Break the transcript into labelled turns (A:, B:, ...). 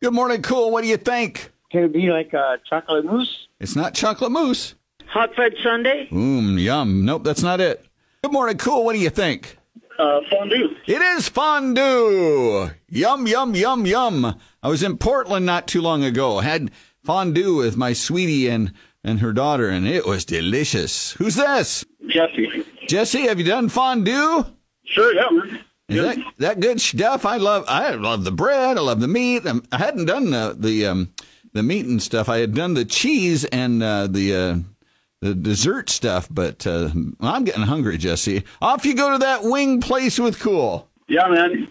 A: Good morning, cool. What do you think?
B: Can it be like a chocolate mousse?
A: It's not chocolate mousse.
C: Hot fudge sundae?
A: Mmm, yum. Nope, that's not it. Good morning, cool. What do you think?
B: Uh, fondue.
A: It is fondue. Yum, yum, yum, yum. I was in Portland not too long ago. Had fondue with my sweetie and, and her daughter, and it was delicious. Who's this?
B: Jesse.
A: Jesse, have you done fondue?
B: Sure, yeah. man.
A: Is that, that good stuff? I love I love the bread. I love the meat. Um, I hadn't done the the um, the meat and stuff. I had done the cheese and uh, the uh, the dessert stuff, but uh, I'm getting hungry, Jesse. Off you go to that wing place with cool.
B: Yeah, man.